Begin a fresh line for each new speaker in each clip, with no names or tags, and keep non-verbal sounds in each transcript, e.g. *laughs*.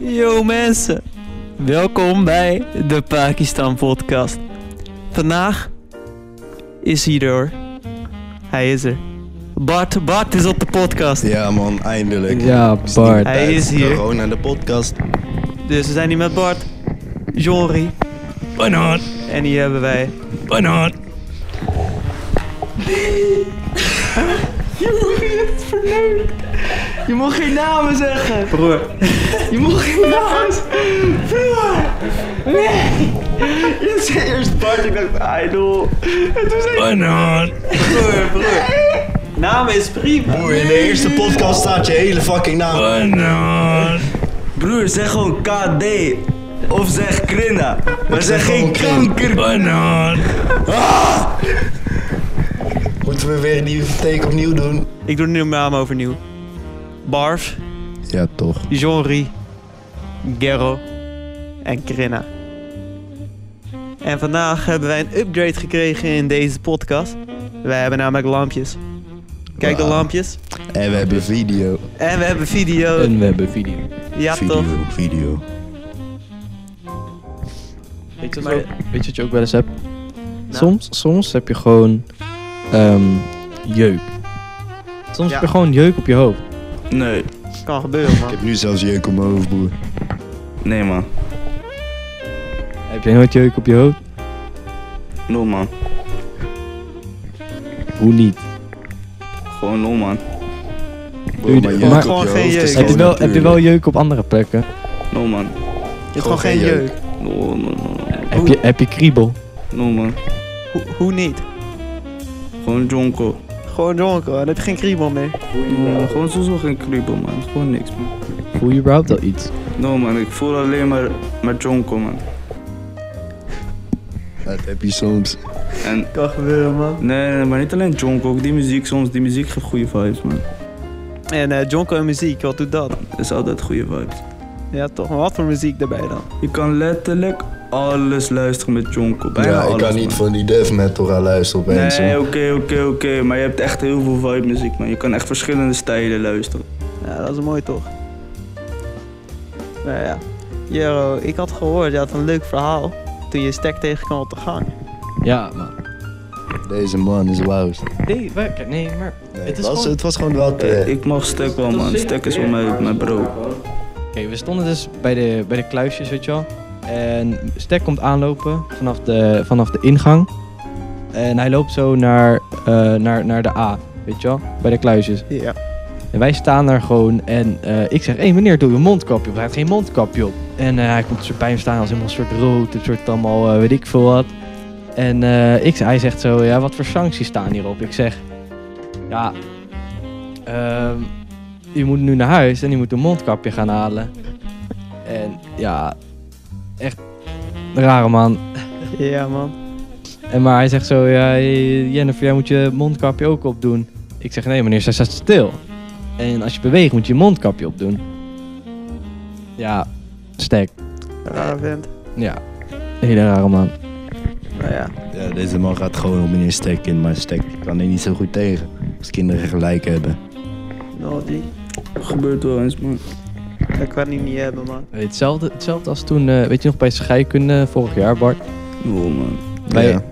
Yo mensen, welkom bij de Pakistan Podcast. Vandaag is hij er. Hij is er. Bart, Bart is op de podcast.
Ja man, eindelijk.
Ja,
Is
Bart.
niet
Hij
uit.
is hier.
Corona, de podcast.
Dus we zijn hier met Bart, Johnry
Banan,
en hier hebben wij.
banan.
Je moet geen namen zeggen.
Broer.
Je moet geen namen zeggen. Broer. Nee. Je zei eerst Bart, ik dacht idol. En toen zei
Banan.
Broer, broer. Naam is prima.
Broer, in de eerste podcast staat je hele fucking naam. Banan.
Oh, Broer, zeg gewoon KD. Of zeg Krinna. Maar
zeg gewoon Krinna.
Banan.
Moeten we weer die take opnieuw doen?
Ik doe nu mijn naam overnieuw. Barf,
Ja toch.
Johnry, Gerro en Krinna. En vandaag hebben wij een upgrade gekregen in deze podcast. Wij hebben namelijk lampjes. Kijk de
Wauw.
lampjes.
En we hebben video.
En we hebben video.
En we hebben video.
ja
video,
toch?
video.
Weet je,
Maar-
wat ook- weet je wat je ook wel eens hebt?
Nou.
Soms, soms heb je gewoon ehm, jeuk. Soms
Ja.
heb je gewoon jeuk op je hoofd.
Nee,
Kan gebeuren
Ik
man.
heb nu zelfs jeuk op mijn hoofd, broer.
nee man.
Heb jij nooit jeuk op je hoofd?
Nul man.
Hoe niet?
Gewoon nul man.
Doe je
Broer,
dit-
jeuk
maar-
op
Gewoon
je
geen
hoofd is
jeuk.
Heb je,
gewoon
wel, heb je wel
natuurlijk.
jeuk op andere plekken?
Nul man.
Het is gewoon geen
Gewoon geen
jeuk.
Nul man. nul man.
Heb je, heb je kriebel?
Nul man.
Hoe, hoe niet?
Gewoon jonko.
Gewoon dronken, dan heb je geen kriebel meer.
Ja, gewoon sowieso geen kriebel man. Gewoon niks man.
Voel je überhaupt al iets?
Nul man, ik voel alleen maar, maar jonko man.
Dat heb je soms.
En
Kan gebeuren man.
nee, nee, maar niet alleen jonko, ook die muziek soms. Die muziek geeft goede vibes man.
En eh Jonko en muziek, wat doet dat?
Dat is altijd goede vibes.
Ja toch, maar wat voor muziek daarbij dan?
Je kan letterlijk alles luisteren met jonko. Bijna
Ja,
alles
ik kan niet
man.
van die death metal gaan luisteren op mensen.
Nee, oké, oké, oké. Maar je hebt echt heel veel vibe muziek man. Je kan echt verschillende stijlen luisteren.
Ja, dat is mooi toch? Nou ja. Jero, ik had gehoord, je had een leuk verhaal. Toen je stek tegenkwam op de gang.
Ja, man.
Deze man is wauw.
Nee, werk. Nee, maar...
Nee,
Het
het,
is
was,
gewoon-
het was gewoon wel
Eh,
terecht.
ik mag stek wel man. Stek is wel mijn, mijn bro.
Oké, we stonden dus bij de, bij de kluisjes, weet je wel. En Stek komt aanlopen vanaf de, vanaf de ingang. En hij loopt zo naar, eh, naar, naar de A, weet je wel, bij de kluisjes.
Ja.
En wij staan daar gewoon en eh, ik zeg, hé hey, meneer, doe je mondkapje op. Hij heeft geen mondkapje op. En eh, hij komt soort bij hem staan als helemaal soort rood, een soort allemaal eh, weet ik veel wat. En eh, ik, hij zegt zo, ja, wat voor sancties staan hierop? Ik zeg, ja, ehm, je moet nu naar huis en je moet een mondkapje gaan halen. En ja, echt een rare man.
Ja man.
En maar hij zegt zo, ja, Jennifer, jij moet je mondkapje ook opdoen. Ik zeg, nee meneer, zij staat stil. En als je beweegt, moet je je mondkapje opdoen. Ja, stek.
Raar vent.
Ja, hele rare man.
Nou ja.
Ja, deze man gaat gewoon op meneer Stek in, maar Stek kan er niet zo goed tegen. Als kinderen gelijk hebben.
Nou die.
Gebeurt wel eens man.
Dat kan hij niet hebben man.
Hetzelfde, hetzelfde als toen, eh, weet je nog, bij scheikunde vorig jaar, Bart.
Oh man.
Wij-
Ja.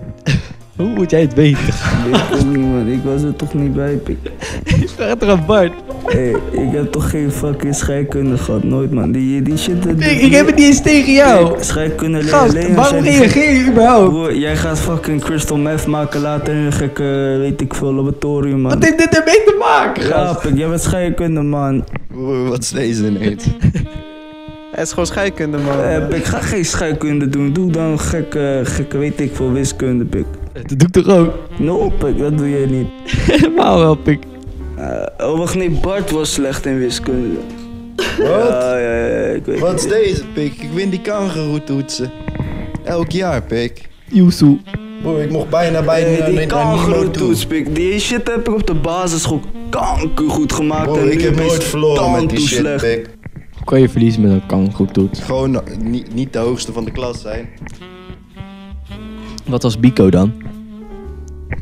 Hoe moet jij het *laughs* weten?
Ik kom niet man, ik was er toch niet bij. pik.
Ik vraag het er aan Bart.
Hey, ik heb toch geen fucking scheikunde gehad, nooit man. Die, die shit... dat-
Ik, ik heb het niet eens tegen jou.
Pik, Scheikunde leer
Gast,
alleen als
waarom
jij-
reageer je überhaupt?
Broer, jij gaat fucking crystal meth maken later in een gekke, weet ik veel, laboratorium man.
Wat heeft dit ermee te maken,
Ja,
gast?
pik, jij bent scheikunde man.
Oeh, Wat is deze ineens?
Hij is gewoon scheikunde man.
Eh, pik, ga geen scheikunde doen. Doe dan gekke, gekke, weet ik veel, wiskunde pik.
Dat doe ik toch ook? *laughs*
No pik, dat doe jij niet.
Helemaal wel, pik.
Eh, oh, wacht, nee, Bart was slecht in wiskunde.
Wat?
Ja, ja, ja, ik weet
Wat
het.
is deze, pik? Ik win die kangeroetoetsen. Elk jaar, pik.
Yusu.
Broer, ik mocht bijna bijna
Eh,
naar-
die
naar Nemo toe.
kangeroetoets, pik. Die shit heb ik op de basisschool kanker goed gemaakt.
Broer,
en
ik
nu
heb
ben je
nooit verloren met die
tandtoe
shit,
slecht.
pik.
Hoe kan je verliezen met een kangoeroetoets?
Gewoon eh, niet, niet de hoogste van de klas zijn.
Wat was Bico dan?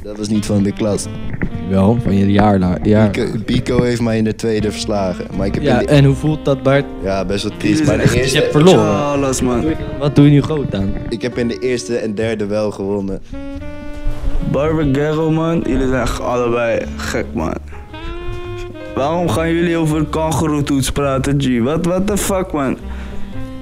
Dat was niet van de klas.
wel, van je jaar. Ja,
Pico, Pico heeft mij in de tweede verslagen. Maar ik heb
ja
in de-
en hoe voelt dat, Bart?
ja best wel
Dit
triest.
is
Maar de
echt-
Je hebt
eerste,
verloren.
Alles, man.
Wat doe je nu groot dan?
ik heb in de eerste en derde wel gewonnen.
Barber Gerro, man. Jullie zijn echt allebei gek, man. Waarom gaan jullie over kangeroetoets praten, G? Wat, what the fuck, man?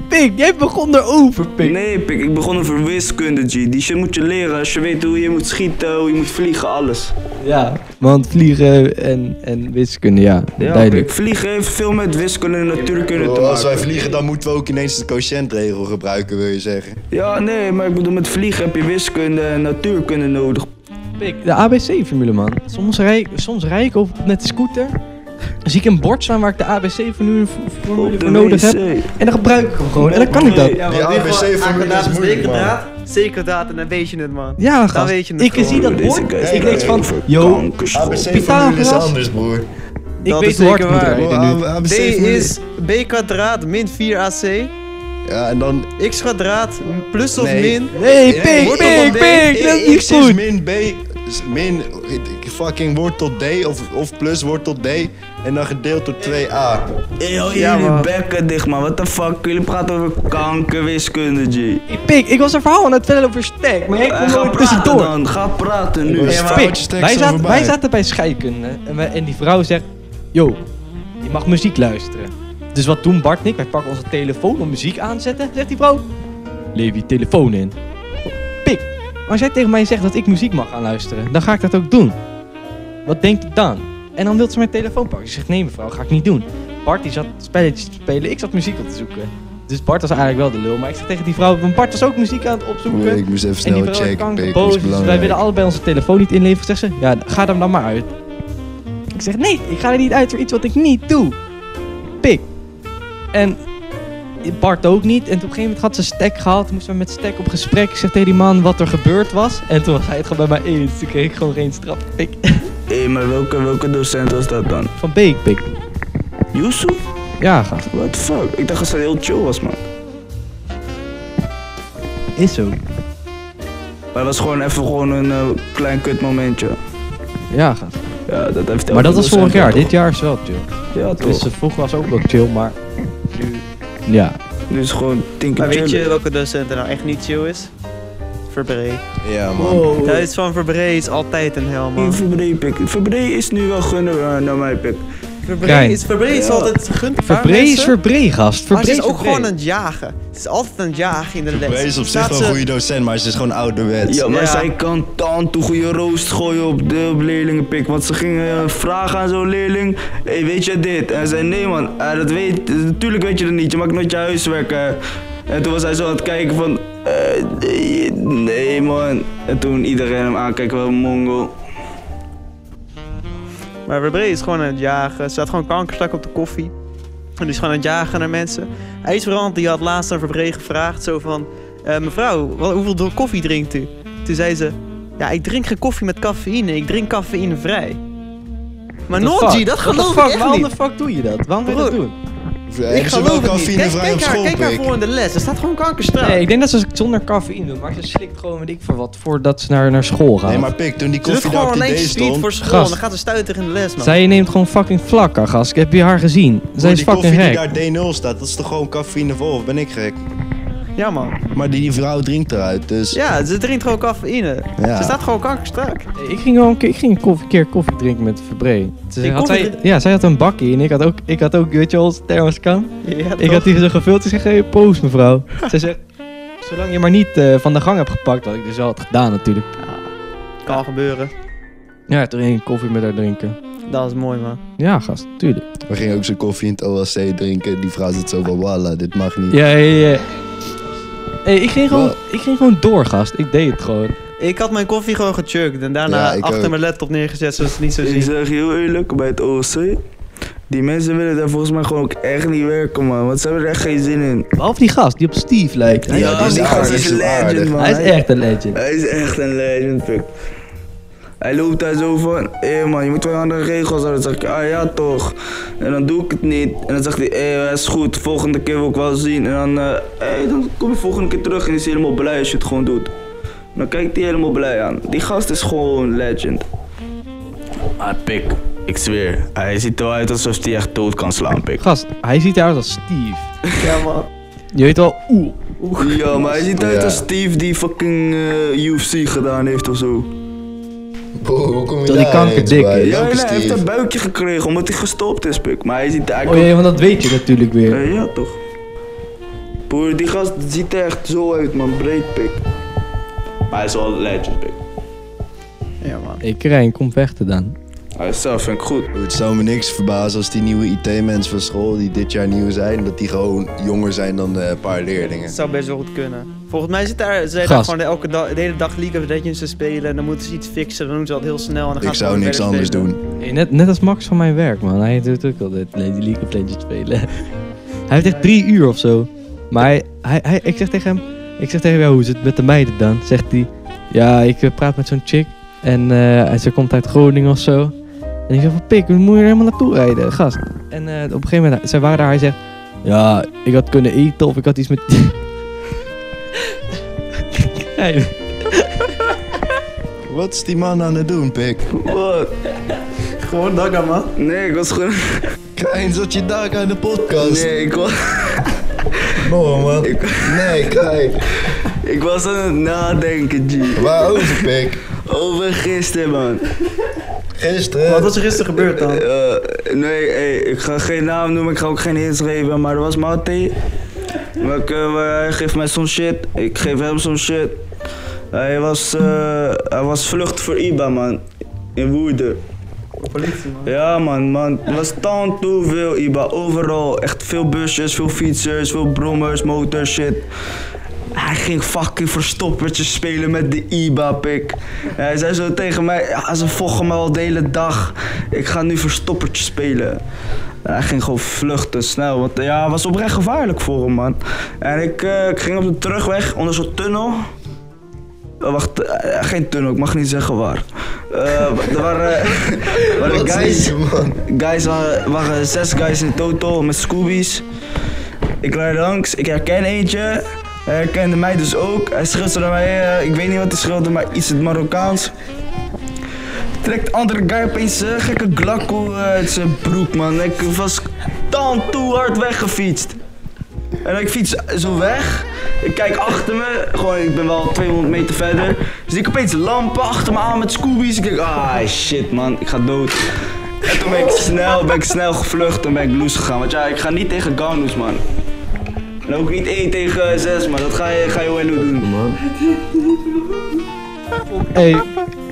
Pik, jij begon erover, Pik.
Nee, pik, ik begon over wiskunde, G. Die shit moet je leren als je weet hoe je moet schieten, hoe je moet vliegen, alles.
Ja, want vliegen en, en wiskunde, ja,
Ja, pik,
duidelijk.
vliegen heeft veel met wiskunde en natuurkunde te
Oh, als wij
maken.
vliegen, dan moeten we ook ineens de quotiëntregel gebruiken, wil je zeggen.
Ja, nee, maar ik bedoel, met vliegen heb je wiskunde en natuurkunde nodig.
Pik, de ABC-formule, man. Soms rij, ik- soms rij ik op, met de scooter, zie ik een bord staan waar ik de ABC-formule
Op de
voor nodig heb.
wc.
En dan gebruik ik hem gewoon, en dan kan ik dat.
Ja,
Die
want nu gewoon
ABC formule
aggregaat
is
en
moeilijk, man.
Zekerdaad, zekerdaad en dan weet je het, man.
Ja, gast.
weet je het
ik
gewoon.
zie dat
Deze
bord,
guy
ik denk
praat
van,
over
yo,
Ah,
kankerschool.
ABC-formule is
Pythagoras?
anders, broer.
ik
Dat
weet
is
hoe hard ik
zeker
moet
waar.
rijden nu.
Oh,
D
ABC-formule
is b kwadraat min 4ac,
Ja, en dan
x kwadraat plus of
Nee.
min.
Nee,
Ja,
pik,
wortel
pik,
van D.
pik, dat is niet
X is
goed.
min B, is min fucking wortel D of, of plus wortel D en dan gedeeld door 2A.
Yo,
Ja,
jullie
man.
bekken dicht, man. What the fuck? Jullie praten over kankerwiskunde, G.
Pik, ik was een verhaal aan het vertellen over stek, maar jij
Eh,
komt
ga
nooit
praten
tussendoor.
dan. Ga praten nu.
Ja, maar-
Pik,
Foutjes tekst
wij, zaten,
overbij.
wij zaten bij scheikunde en, wij- en die vrouw zegt, yo, je mag muziek luisteren. Dus wat doen Bart en ik? Wij pakken onze telefoon om muziek aan te zetten. Zegt die vrouw, lever je telefoon in. Pik, als jij tegen mij zegt dat ik muziek mag gaan luisteren, dan ga ik dat ook doen. Wat denk ik dan? En dan wil ze mijn telefoon pakken. Ze zegt, nee mevrouw, ga ik niet doen. Bart die zat spelletjes te spelen, ik zat muziek op te zoeken. Dus Bart was eigenlijk wel de lul, maar ik zeg tegen die vrouw, want Bart was ook muziek aan het opzoeken.
Ik moest even
En die
snel
vrouw is
checken, pik,
kankerboos.
is
dus wij willen
belangrijk.
allebei onze telefoon niet inleveren. Zegt ze, ja, ga er dan maar uit. Ik zeg, nee, ik ga er niet uit voor iets wat ik niet doe. Pik. En Bart ook niet. En toen op een gegeven moment had ze stek gehaald. Moesten we met stek op gesprek. Ik zeg tegen die man wat er gebeurd was. En toen was hij het gewoon bij mij eens. Toen kreeg ik gewoon geen straf. Pik.
Hé, maar welke, welke docent was dat dan?
Van Beek, pik.
Yusuf?
Ja, gast.
What the fuck? Ik dacht dat ze heel chill was, man.
Is zo.
Maar het was gewoon even gewoon een eh, klein kut momentje.
Ja, gast.
Ja, dat heeft elke
Maar dat was
docent
vorig jaar.
toch?
Dit jaar is wel chill.
Ja,
Dus
toch.
ze vroeg was ook wel chill, maar... Nu... Ja.
Dus gewoon tien keer
Maar weet je
chillen.
welke docent er nou echt niet chill is? Verbree.
Ja,
Oh,
man.
Thuis van Verbree is altijd een hel, man.
Verbree, pik. Verbree is nu wel gunnen eh, naar mij, pik.
Verbree
Krijn.
is, Verbree is
Ja.
altijd gegund. aan
Verbree is
mensen,
verbree, gast.
Maar ze
Verbree
is ook
verbree.
gewoon aan het jagen. Het is altijd aan het jagen in de les.
Hij is op zich
Staat
wel een
ze-
goede docent, maar ze is gewoon ouderwets.
Ja, maar
Ja.
zij kan tand toe goede roost gooien op de op leerlingenpik. Want ze ging eh, vragen aan zo'n leerling: Hé, hey, weet je dit? En hij zei: Nee, man, eh, dat weet, eh, natuurlijk weet je dat niet. Je maakt nooit je huiswerk. eh." En toen was hij zo aan het kijken: van... "Eh, nee, nee, man. En toen iedereen hem aankijken: Wel, mongo.
Maar Verbree is gewoon aan het jagen. Ze had gewoon kankerstak op de koffie. En die is gewoon aan het jagen naar mensen. IJsbrand die had laatst aan Verbree gevraagd zo van... eh, mevrouw, wel, hoeveel do- koffie drinkt u? Toen zei ze... Ja, ik drink geen koffie met cafeïne. Ik drink cafeïnevrij. Maar
What the
Norgie, dat
fuck? What the
geloof
fuck?
ik echt
Waarom
niet.
de fuck doe je dat? Waarom wil je dat
Broer.
doen?
Ik geloof het niet. Kijk,
vrij op
kijk, haar,
school,
kijk haar
pik?
voor in de les. Er staat gewoon kankerstraat.
Nee, ik denk dat ze het zonder cafeïne doen, maar ze slikt gewoon weet ik voor wat voordat ze naar, naar school gaat.
Nee, maar pik, toen die
ze doet
koffie daar
gewoon
op die
alleen
D
speed
stond...
voor school.
Gast.
En dan gaat ze stuiter in de les, man.
Zij neemt gewoon fucking vlakken, gast. Ik heb je haar gezien. Zij
broer,
is
die koffie
fucking
die
gek.
daar D0 staat, dat is toch gewoon cafeïnevol, of ben ik gek?
Ja, man.
Maar die, die vrouw drinkt eruit, dus...
Ja, ze drinkt gewoon cafeïne.
Ja.
Ze staat gewoon kankerstrak.
Nee, Ik ging gewoon een keer, ik ging een koffie- keer koffie drinken met Verbree. Ze
Die
had
koffie
zij,
drinken-
ja, zij had een bakje en ik had ook, ik had ook weet je wel, als thermoskan.
Ja,
Ik had die zo gevuld. Ze zegt, hey, poos mevrouw. *laughs* Zij zegt, zolang je maar niet eh, van de gang hebt gepakt, wat ik dus wel had gedaan natuurlijk.
Kan gebeuren.
Ja, toen ging ik koffie met haar drinken.
Dat is mooi, man.
Ja, gast, tuurlijk.
We gingen ook zo'n koffie in het OLC drinken, die vrouw zit zo van, walla, dit mag niet.
Ja, ja, ja. Hey, ik, ging gewoon,
Wat?
ik ging gewoon door, gast. Ik deed het gewoon.
Ik had mijn koffie gewoon gechugged en daarna
Ja, ik
achter
ook.
mijn laptop neergezet, zodat ze het niet zo
Ik
zien.
zeg je heel eerlijk: bij het OC. Die mensen willen daar volgens mij gewoon ook echt niet werken, man. Want ze hebben er echt geen zin in.
Behalve die gast die op Steve lijkt. Hij,
Ja,
is,
die is
die
aardig,
gast is
die is
legend,
aardig.
man.
hij is echt een legend.
Hij is echt een legend, pik. Hij loopt daar zo van, hé man, je moet wel andere regels hebben. Dan zeg ik, ah ja toch. En dan doe ik het niet. En dan zegt hij, hé, dat is goed, volgende keer wil ik wel zien. En dan, eh, hé, dan kom je volgende keer terug en is hij helemaal blij als je het gewoon doet. En dan kijkt hij helemaal blij aan. Die gast is gewoon legend. Maar Ah, pik, ik zweer. Hij ziet er wel uit alsof hij echt dood kan slaan, pik.
Gast, hij ziet eruit als Steve.
Ja, man.
Je weet wel, oeh.
Ja, maar
*laughs*
hij ziet eruit
Ja.
als Steve die fucking eh, UFC gedaan heeft of zo.
Boe, hoe kom je
Tot die
daar
kankerdik,
ineens bij?
hè?
Ja,
Dank je,
nee, hij heeft een
Steve.
buikje gekregen omdat hij gestopt is, pik. Maar hij ziet er
Oh
eigenlijk...
jee, want dat weet je natuurlijk weer.
Eh, ja, toch. Broer, die gast ziet er echt zo uit, man. Breed, pik. Maar hij is wel legend, pik.
Ja, man.
Ik Rijn, kom vechten dan.
Hij is zelf, vind ik goed.
Het zou me niks verbazen als die nieuwe IT-mensen van school die dit jaar nieuw zijn, dat die gewoon jonger zijn dan eh, een paar leerlingen.
Het zou best wel goed kunnen. Volgens mij zit daar, zijn daar
Gast.
gewoon elke dag, de hele dag League of Legends te spelen. En dan moeten ze iets fixen. Dan doen ze dat heel snel. En dan gaan
Ik
ze
zou
gewoon
niks
verder
anders
spelen.
doen.
Hey, net, net als Max van mijn werk, man. Hij doet ook altijd die League of Legends spelen. *laughs* hij heeft echt drie uur of zo. Maar hij, hij, hij- ik zeg tegen hem... Ik zeg tegen hem, ja, hoe is het met de meiden dan? Zegt hij, ja, ik eh, praat met zo'n chick. En eh, ze komt uit Groningen of zo. En ik zeg van, pik, hoe moet je er helemaal naartoe rijden, gast? En eh, op een gegeven moment, zij waren daar, hij zegt... Ja, ik had kunnen eten of ik had iets met... *laughs* Hij-
Wat is die man aan het doen, pik?
Wat?
Gewoon Dagga, man.
Nee, ik was gewoon...
Krijn, zat je daar aan de podcast?
Nee, ik was...
No, man. Nee, Krijn.
Ik was aan het nadenken, G.
Waarover, pik?
Over gisteren, man.
Wat
Gisteren.
was er gisteren gebeurd dan?
Eh, nee, hey, ik ga geen naam noemen, ik ga ook geen hints geven, maar dat was Matty. Welke, eh, hij geeft mij zo'n shit, ik geef hem zo'n shit. Hij was, eh, hij was vlucht voor IBA, man. In Woerden.
Politie, man.
Ja, man, man. Er was tant toe veel IBA, overal. Echt veel busjes, veel fietsers, veel brommers, motor, shit. Hij ging fucking verstoppertjes spelen met de IBA-pik. Hij zei zo tegen mij, ja, ze volgen me al de hele dag. Ik ga nu verstoppertjes spelen. En hij ging gewoon vluchten, snel. Want eh, ja, het was oprecht gevaarlijk voor hem, man. En ik, eh, ik ging op de terugweg onder zo'n tunnel. Eh, wacht, eh, geen tunnel, ik mag niet zeggen waar. Eh, *laughs* er waren, er waren
Wat
guys...
is je, man?
Guys waren, waren zes guys in totaal met Scoobies. Ik rijd langs, ik herken eentje. Hij herkende mij dus ook. Hij schreeuwde naar mij, eh, ik weet niet wat hij schreeuwde, maar iets in het Marokkaans. Trekt andere guy opeens eh, gekke glakko uit zijn broek, man. Ik was tand toe hard weggefietst. En ik fiets zo weg. Ik kijk achter me. Gewoon, ik ben wel 200 meter verder. Zie ik opeens lampen achter me aan met Scoobies. Ik denk, ah shit man, ik ga dood. En toen ben ik snel, ben ik snel gevlucht en ben ik loose gegaan. Want ja, ik ga niet tegen Ganus man. En ook niet 1 tegen 6 man, dat ga je, ga je wel doen.
hey,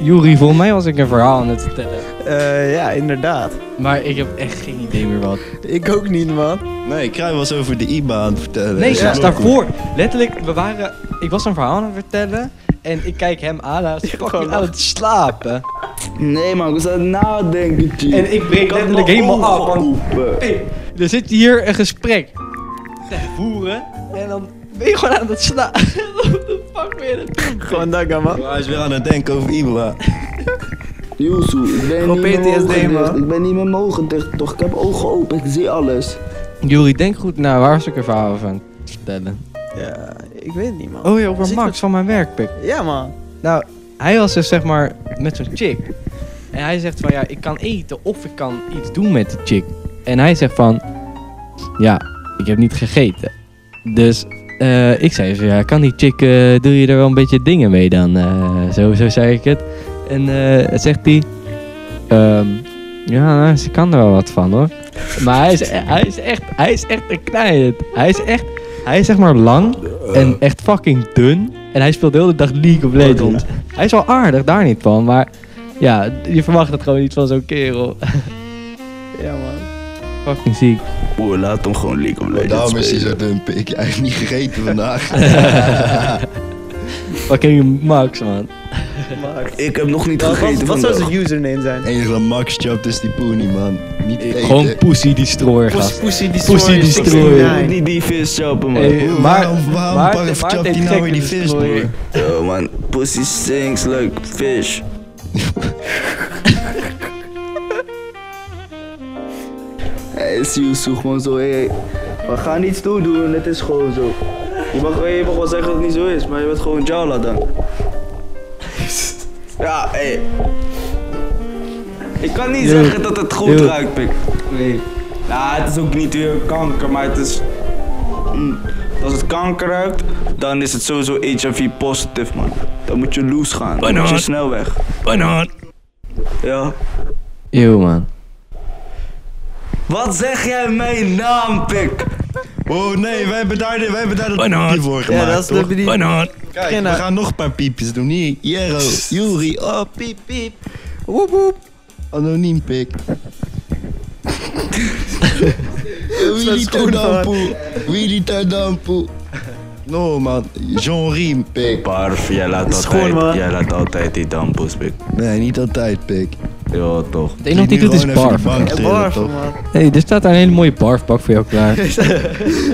Juri, volgens mij was ik een verhaal aan het vertellen.
Eh, ja, inderdaad.
Maar ik heb echt geen idee meer wat.
Ik ook niet, man.
Nee, Krijn was over de IBA aan het vertellen.
Nee,
Dus
gast,
dat-
daarvoor. Letterlijk, we waren... Ik was een verhaal aan het vertellen. En ik kijk hem aan, hij is fucking aan het slapen.
Nee man, ik was aan het nadenken, G.
En ik breek
had
letterlijk
mijn
helemaal
ogen
af, want-
open.
Hey, er zit hier een gesprek. Zeg, voeren. En dan ben je gewoon aan het slapen. Wat de fuck ben je aan het doen?
Gewoon Dagga, man.
Maar Hij is weer aan het denken over IBA.
Yusu, ik ben
Gewoon
niet met mijn
PTSD,
ogen
man.
dicht. Ik ben niet met mijn ogen dicht, toch? Ik heb ogen open, ik zie alles.
Juri, denk goed na, waar was ik een verhaal over aan het vertellen?
Ja, ik weet het niet, man.
Oh ja, over
Zit
Max van mijn werkpik.
er- Ja, man.
Nou, hij was dus zeg maar met zo'n chick. En hij zegt van ja, ik kan eten of ik kan iets doen met die chick. En hij zegt van ja, ik heb niet gegeten. Dus eh, ik zei van ja, kan die chick, eh, doe je er wel een beetje dingen mee dan? Eh, zo, zo zei ik het. En eh, zegt hij, ehm, ja, nou, ze kan er wel wat van hoor. Maar hij is, hij is echt, hij is echt een knijt. Hij is echt, hij is zeg maar lang
Eh.
en echt fucking dun. En hij speelt de hele dag League of Legends.
Oh,
Hij is wel aardig, daar niet van. Maar ja, je verwacht het gewoon niet van zo'n kerel.
Ja, man.
fucking ziek.
Oeh, laat hem gewoon League of
Daarom is hij zo dun, pik. Hij heeft niet gegeten *laughs* vandaag.
Fucking Max, man.
Max.
Ik heb nog niet
Wat-
gegeten
Wat, wat zou
vandaag.
zijn username zijn?
enige Max chopt is die poenie, man. Niet eten.
Gewoon Pussy Destroyer, gast.
Pussy
Pussy
Destroyer.
Destroyer.
69.
Die, die vis shoppen, man.
Hey,
Hoe-
maar-
waarom waarom
Maarten-
pak-
Maarten
chopt
heeft
hij nou weer
gekke
die vis,
destroyer.
broer?
Yo, Uh, man. Pussy stinks like fish. *laughs* Hij is Yusu gewoon zo, hé. Hey. We gaan niets toedoen, het is gewoon zo. Je mag, je mag wel zeggen dat het niet zo is, maar je bent gewoon *laughs* Jala dan. Ja, hé. Hey. Ik kan niet
Yo.
zeggen dat het goed
Yo.
ruikt, pik. Nee. Nou, het is ook niet heel kanker, maar het is... Mm. Als het kanker ruikt, dan is het sowieso HIV positief, man. Dan moet je loose gaan. Dan moet je snel weg. Ja.
Eeuw, man.
Wat zeg jij mijn naam, pik?
Oh nee, wij hebben daar, wij hebben daar dat piepje voor
Ja,
gemaakt,
dat is de
toch?
bedoeling.
Kijk,
Kenna.
we gaan nog een paar piepjes doen. Hier, Jero, Juri, oh piep, piep. Woep, woep. Anoniem *laughs* pik. Willy Terdampoe. Willy Terdampoe. No man, Jean Riem pik.
Barf, jij laat
Schoon, altijd- man. jij
laat altijd die dampoes, pik.
Nee, niet altijd pik.
Ja, toch.
Het enige
Die
titel
nu
is
gewoon even
barf.
de bank
Ja,
trillen,
barf,
toch?
man.
hey, er staat daar een hele mooie barfbak voor jou
*laughs*
klaar.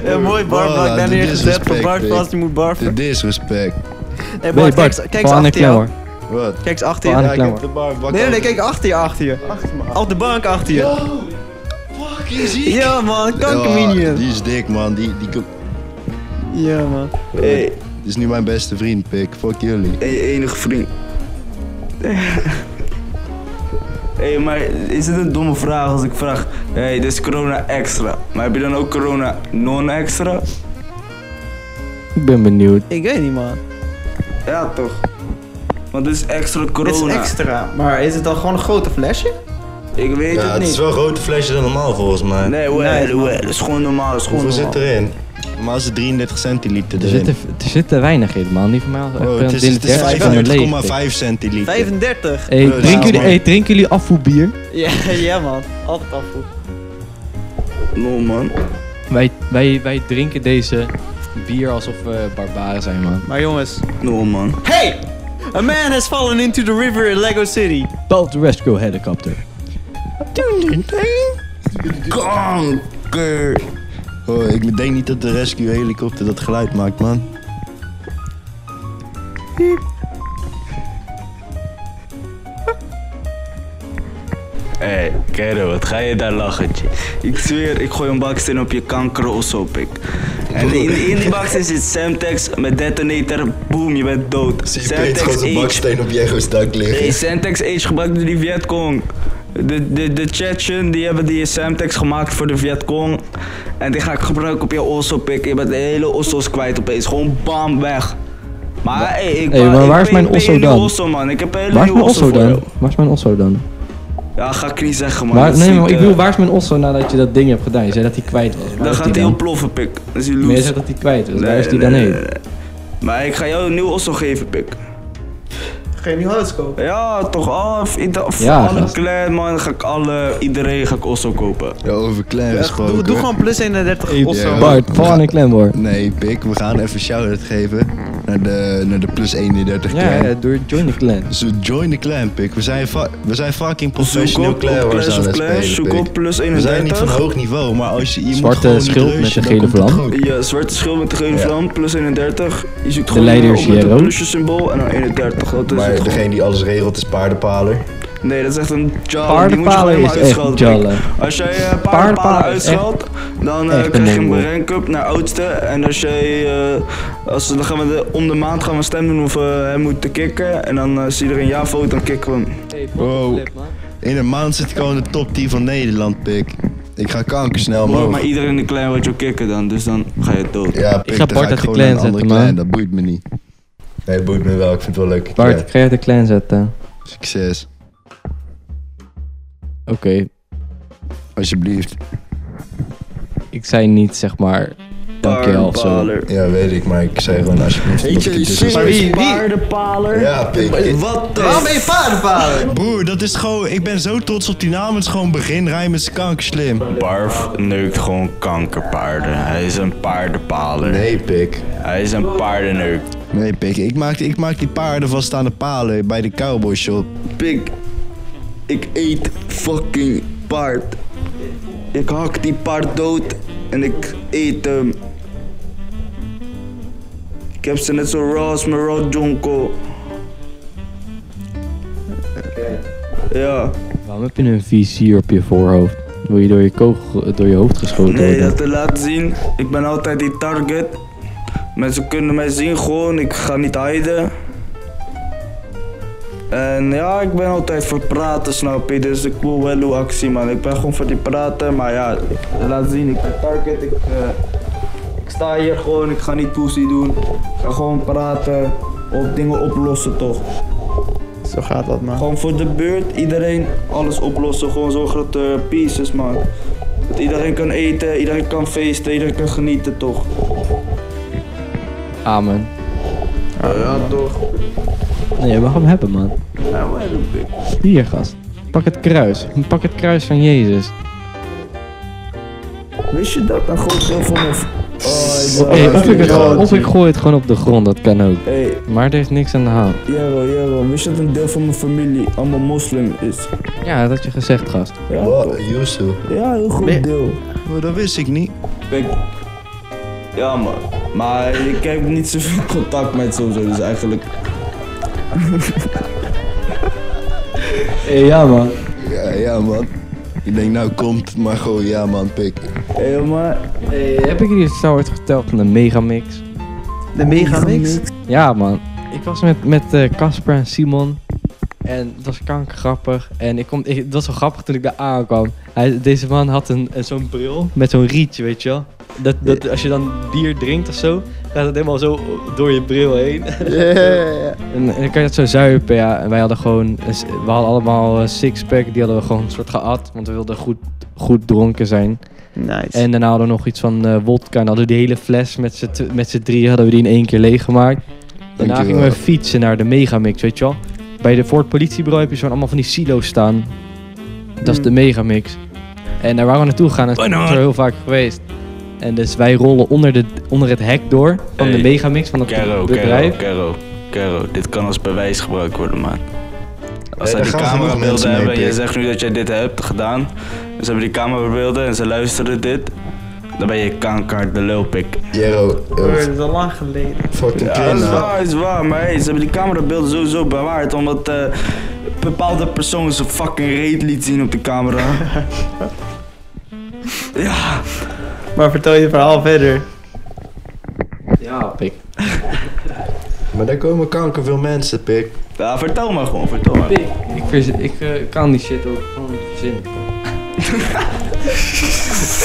Ja, mooi barf.
Voilà,
had ik daar
dit is
neergezet.
respect,
Van barf
Pik.
vast, je moet barfen.
De disrespect.
Nee,
Nee,
Bart,
Bart,
kijk, eens- kijk eens
van Anne
achter jou.
Knauwer.
Wat?
Kijk eens achter
Van
je.
Anne
Ja, ik
Klemmer.
heb de barf. bak
Nee, nee,
al-
kijk achter je, achter je.
Achter me aan.
Op de bank achter je.
Oh, fucking zie je.
Ja, man.
Ja,
Kankerminion.
Die is dik man, die, die,
Ja, man.
Hey,
Dit is nu mijn beste vriend, pik. Fuck jullie.
en je enige vriend. *laughs* Hé, hey, maar is het een domme vraag als ik vraag, hé, hey, dit is corona extra. Maar heb je dan ook corona non-extra?
Ik ben benieuwd.
Ik weet niet, man.
Ja, toch. Want dit is extra
Dit is
corona.
extra. Maar is het dan gewoon een grote flesje?
ik weet
Ja,
het
het is
niet.
wel een grote flesje dan normaal volgens mij.
Nee, wel,
Nee,
wel, het is gewoon normaal, het is gewoon
Hoeveel
normaal.
zit erin? Normaal is het 33 centiliter
Er
erin.
zit, er, er zit te weinig helemaal. Die van mij was echt
oh,
wel
het is,
een
het is
derde van een leeg.
35,5 centiliter.
35.
Hey,
Ja,
drinken,
dat
jullie,
is
hey, drinken jullie afvoerbier?
Ja, *laughs* ja, man. Altijd afvoer.
No, man.
Wij, wij, wij drinken deze bier alsof we barbaren zijn, man.
Maar jongens.
No, man.
Hey! A man has fallen into the river in Lego City.
Belt the rescue helicopter.
Kanker.
Oh, ik denk niet dat de rescue helikopter dat geluid maakt, man.
Hé, hey, kerel, wat ga je daar lachetje? Ik zweer, ik gooi een baksteen op je kanker of zo, pik. En in, in die baksteen zit Semtex met detonator, boom, je bent dood. Semtex Age.
op Jero's dak
Hey, Semtex Age gebruikt door die Vietcong. De, de, de Chechen, die hebben die Semtex gemaakt voor de Vietcong. En die ga ik gebruiken op je osso, pik. Je bent de hele osso's kwijt opeens. Gewoon bam, weg. Maar, hey, ik,
Hey, maar
ik
waar is
ben-
mijn
ik ben
osso
jullie
dan?
Osso, man. Ik heb een hele
Waar is
nieuwe
mijn
osso
osso
voor jou.
dan? Waar is mijn osso dan?
Ja, ga ik niet zeggen, man.
Waar,
Dat is
nee, maar
niet,
ik
eh,
bedoel, waar is mijn osso nadat je dat ding hebt gedaan? Je zei dat hij kwijt was. Waar
Dan
is die
gaat hij ontploffen, pik. Dat is hij
Maar je
loose.
zei dat hij kwijt was. Waar is die dan
nee,
heen?
nee, nee. Maar ik ga jou een nieuw osso geven, pik.
Geen nieuw huis kopen.
Ja, toch af. Ieder, voor
Ja,
alle
gast.
klein man ga ik alle, iedereen ga ik osso kopen.
Ja, over klein gesproken.
Doe, doe gewoon plus 31 of zo.
Ja.
Bart, val aan een klem hoor.
Nee, pik, we gaan even shout-out geven naar de, naar de plus 31
Ja,
clan.
ja, door Join the Clan.
Zo, join the clan, pik. We zijn, fa- we zijn fucking
Zoek
professional
op,
clan
op
wars
Clash
aan
of
het
Clans,
spelen,
zoek
pik.
op plus
We zijn niet van
31.
hoog niveau, maar als je, je moet
Zwarte
gewoon niet
schild
rushen,
met een
dan
gele
komt het
vlam.
goed.
Ja, zwarte schild met de gele
Ja.
vlam, plus 31. Je zoekt gewoon
leider
op
is
met
Jero.
een plusje symbool en dan 31. Dat is het
Maar
gewoon.
degene die alles regelt is paardenpaler.
Nee, dat is echt een jalle. Die moet je gewoon
Paardenpalen
helemaal
is echt
uitschelden, pik.
jalle.
Als jij eh,
Paardenpalen
paardenpalen
is echt-
uitscheldt, dan eh,
echt een
krijg je een
mongool.
rank-up naar oudste. En als jij, eh, als, dan gaan we de, om de maand gaan we stemmen doen of eh, we hem moeten kicken. En dan eh, als iedereen ja vote, dan kicken we hem.
Wow. In een maand zit ik al in de top 10 van Nederland, pik. Ik ga kanker snel
Bro,
omhoog.
maar iedereen in de clan wordt jou kicken dan, dus dan ga je dood.
Ja, pik,
Ik ga
dan
Bart uit de
gewoon
clan
naar een andere
zetten, man.
clan, Dat boeit me niet. Nee, dat boeit me wel. Ik vind het wel leuk.
Bart,
Ja,
ik ga je de Clan zetten.
succes.
Oké,
Alsjeblieft.
ik zei niet zeg maar dankjewel of zo.
Paardenpaler.
Ja, weet ik, maar ik zei gewoon alsjeblieft.
Weet je,
Dat ik het
serieus,
dus-
wie- wie-
paardenpaler?
Ja, pik.
Wat de...
Waarom ben je paardenvader?
Broer, dat is gewoon... Ik ben zo trots op die naam. Het is gewoon begin rijmen is kanker slim.
Barf neukt gewoon kankerpaarden. Hij is een paardenpaler.
Nee, pik.
Hij is een paardenneuk.
Nee, pik. Ik maak, ik maak die paarden vast aan de palen bij de cowboy shop.
Pik, ik eet fucking paard. Ik hak die paard dood en ik eet hem. Ik heb ze net zo raw als mijn raw jonko. Ja,
Waarom heb je een vizier op je voorhoofd? Wil je door je, kogel, door je hoofd geschoten
nee,
worden?
dat te laten zien. Ik ben altijd die target. Mensen kunnen mij zien gewoon, ik ga niet hiden. En ja, ik ben altijd voor praten, snap je? Dus ik wil wel hoe actie, man. Ik ben gewoon voor die praten, maar ja, ik- laat zien, ik ben target. Ik, eh, ik sta hier gewoon, ik ga niet poesie doen. Ik ga gewoon praten of dingen oplossen, toch?
Zo gaat dat, man.
Gewoon voor de beurt, iedereen alles oplossen. Gewoon zorgen dat er peace is, man. Dat iedereen kan eten, iedereen kan feesten, iedereen kan genieten, toch?
Amen.
Ja, toch?
Nee, we gaan hem hebben, man.
Ja, maar dat ben ik.
Hier, gast. Pak het kruis. Pak het kruis van Jezus.
Wist je dat? Een groot deel van mijn... v- Oh,
Hey,
ik
of, ik
ben...
het, of ik gooi het gewoon op de grond, dat kan ook.
Hey,
Maar er is niks aan de hand.
Jero, Jero, wist je dat een deel van mijn familie allemaal moslim is?
Ja, dat had je gezegd, gast.
Ja,
Wow,
toch?
Yusu.
ja heel goed
Nee.
deel.
Maar dat wist ik niet.
Kijk, ja man, maar ik heb niet zoveel contact met zo'n zo, dus eigenlijk...
Ja, man.
Ja, ja, man. Ik denk, nou komt, maar gewoon, ja, man, pik.
Hé hey, maar...
heb ik jullie zo ooit verteld van de Megamix?
De Megamix? *laughs*
Ja, man. Ik was met met eh, Casper en Simon. En dat was kankergrappig. En ik kom, ik, dat was zo grappig toen ik daar aankwam. Hij, deze man had een, een- zo'n bril met zo'n rietje, weet je wel. Dat, dat, als je dan bier drinkt of zo, gaat het helemaal zo door je bril heen. En, en dan kan je dat zo zuipen, ja. En wij hadden gewoon, een s- we hadden allemaal een sixpack, die hadden we gewoon een soort geat. Want we wilden goed, goed dronken zijn.
Nice.
En daarna hadden we nog iets van eh wodka. En dan hadden we die hele fles met z'n tw- met z'n drieën hadden we die in één keer leeggemaakt. Daarna
Dankjewel.
gingen we fietsen naar de Megamix, weet je wel. Bij de, voor het politiebureau heb je zo'n allemaal van die silo's staan. Dat is
Mm.
de Megamix. En daar waren we naartoe gegaan en dat is er heel vaak geweest. En dus wij rollen onder, de, onder het hek door van de
Hey,
Megamix, van het
Kero, Kero,
bedrijf.
Kero, Kero, dit kan als bewijs gebruikt worden man. Als
daar
zij die
gaan genoeg mensen
camerabeelden
mee,
hebben en jij
pik.
zegt nu dat jij dit hebt gedaan, ze hebben die camerabeelden en ze luisteren dit, dan ben je kanker de lulpik.
Jero,
Broer,
eh,
dat is al lang geleden.
fucking
Ja, dat is
kinda.
waar, is waar. Maar hey, ze hebben die camerabeelden sowieso bewaard. Omdat eh, een bepaalde persoon zijn fucking reet liet zien op de
*laughs*
camera. ja,
Maar vertel je verhaal verder.
Ja, pik.
Maar daar komen kanker veel mensen, pik.
ja, vertel maar gewoon, vertel maar.
Pik. Ik, vers- ik eh, kan die shit ook gewoon niet verzinnen.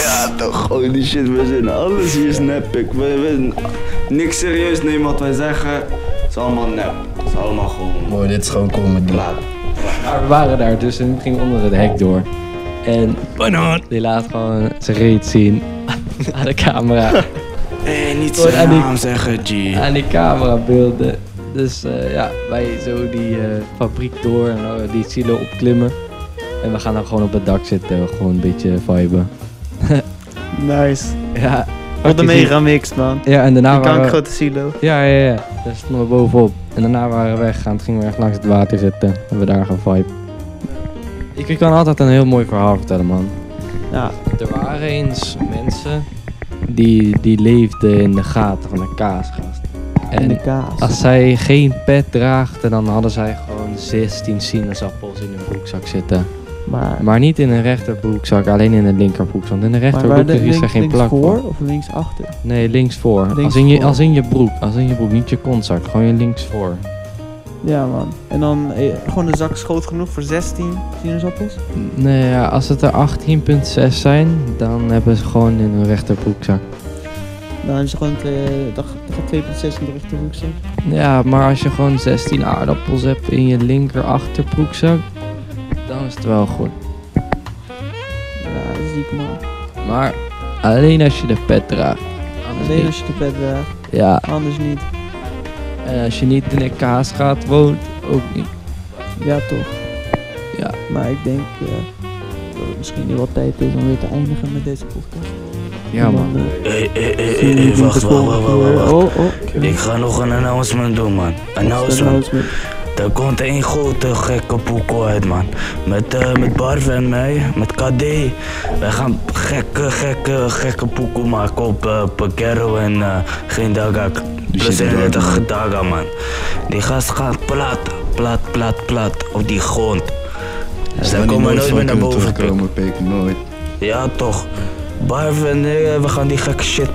Ja, toch, gewoon die shit, we zijn alles hier is nep. Ik, we, we, niks serieus nemen wat wij zeggen. Het is allemaal nep. Het is allemaal gewoon
Mooi, dit is gewoon comedy.
plaat.
Maar we waren daar dus en we gingen onder het hek door. En die laat gewoon zijn reet zien aan de camera.
Hé, niet
Hoor,
zijn
en ik-
naam zeggen, G.
Aan die camerabeelden. Dus eh, ja, wij zo die eh, fabriek door en eh, die silo opklimmen. En we gaan dan gewoon op het dak zitten, gewoon een beetje viben.
Nice.
Ja,
Wat een
praktisch niet.
Megamix, man.
Ja, en daarna
Die
waren we-
kankergrote silo.
Ja, ja, ja. Daar stonden we bovenop. En daarna waren we weggegaan. Toen gingen we echt langs het water zitten. Hebben we daar gaan vibe. Ik, ik kan altijd een heel mooi verhaal vertellen, man.
Ja.
Er waren eens mensen die, die leefden in de gaten van de kaasgast.
En de
En
kaas.
als zij geen pet draagden, dan hadden zij gewoon 16 sinaasappels in hun broekzak zitten.
maar,
Maar niet in een rechterbroekzak, alleen in een linkerbroekzak. Want in de
maar waar de
rechterbroekzak
links,
is er geen
links
plak voor.
voor of links achter?
Nee, linksvoor.
Links
als, in je,
voor.
als in je broek. Als in je broek, niet je kontzak. Gewoon je linksvoor.
Ja, man. En dan eh, gewoon een zak schoot genoeg voor 16 sinaasappels?
Nee, ja, als het er 18,6 zijn, dan hebben ze gewoon in hun rechterbroekzak.
Dan is het gewoon eh, dan gaat 2,6 in de rechterhoek zijn.
Ja, maar als je gewoon 16 aardappels hebt in je linker achterbroekzak, dan is het wel goed.
Ja, dat is ziek, man.
Maar alleen als je de pet draagt. Anders
Alleen
niet.
als je de pet draagt,
Ja,
anders niet.
en als je niet in de kaas gaat woont, ook niet.
Ja, toch.
Ja.
Maar ik denk eh, dat het misschien nu wel tijd is om weer te eindigen met deze podcast.
Ja
En
man.
dan, eh,
Hé, hé, hé,
zien we
hé,
jullie de
wacht, wacht, wacht,
volgende
wacht, wacht.
keer. Oh,
Ik
oh.
nou, ga nog een announcement doen, man.
nou
Announcement.
Announcement.
Er komt één grote gekke poeko uit, man. Met, eh, met Barf en mij, met KD. Wij gaan gekke, gekke, gekke poeko maken op eh Pagero en eh, geen Daga. Plus
zit er
31 Daga, man. Die gast gaat plat, plat, plat, plat op die grond. Ze
Daar
komen
nooit
nooit meer
van
naar
kunnen
boven.
terugkomen, pik. Nooit.
Ja, toch. Barf en eh, we gaan die gekke shit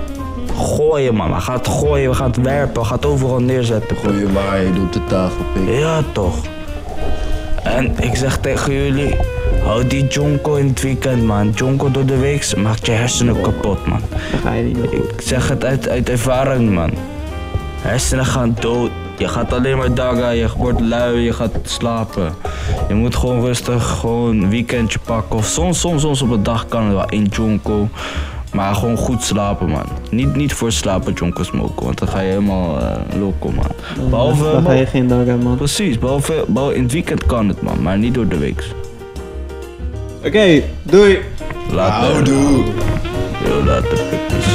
gooien, man. We gaan het gooien, we gaan het werpen, we gaan het overal neerzetten.
Gooi je waaien op de tafel, pik.
Ja, toch.
En ik zeg tegen jullie, hou die Jonko in het weekend man. Jonko door de week maakt je hersenen kapot man.
Dan ga je niet meer goed.
Ik zeg het uit, uit ervaring, man. Hersenen gaan dood. Je gaat alleen maar dagen, je wordt lui, je gaat slapen. Je moet gewoon rustig gewoon een weekendje pakken. Of soms, soms, soms op een dag kan er wel één jonko. Maar gewoon goed slapen, man. Niet, niet voor slapen jonko smoken, want dan ga je helemaal eh, loco, man. Behalve,
Dan ga je geen dag aan, man.
precies, behalve, behalve in het weekend kan het, man. Maar niet door de week.
Oké, doei.
Later.
Houdoe.
Yo, later, pikkies.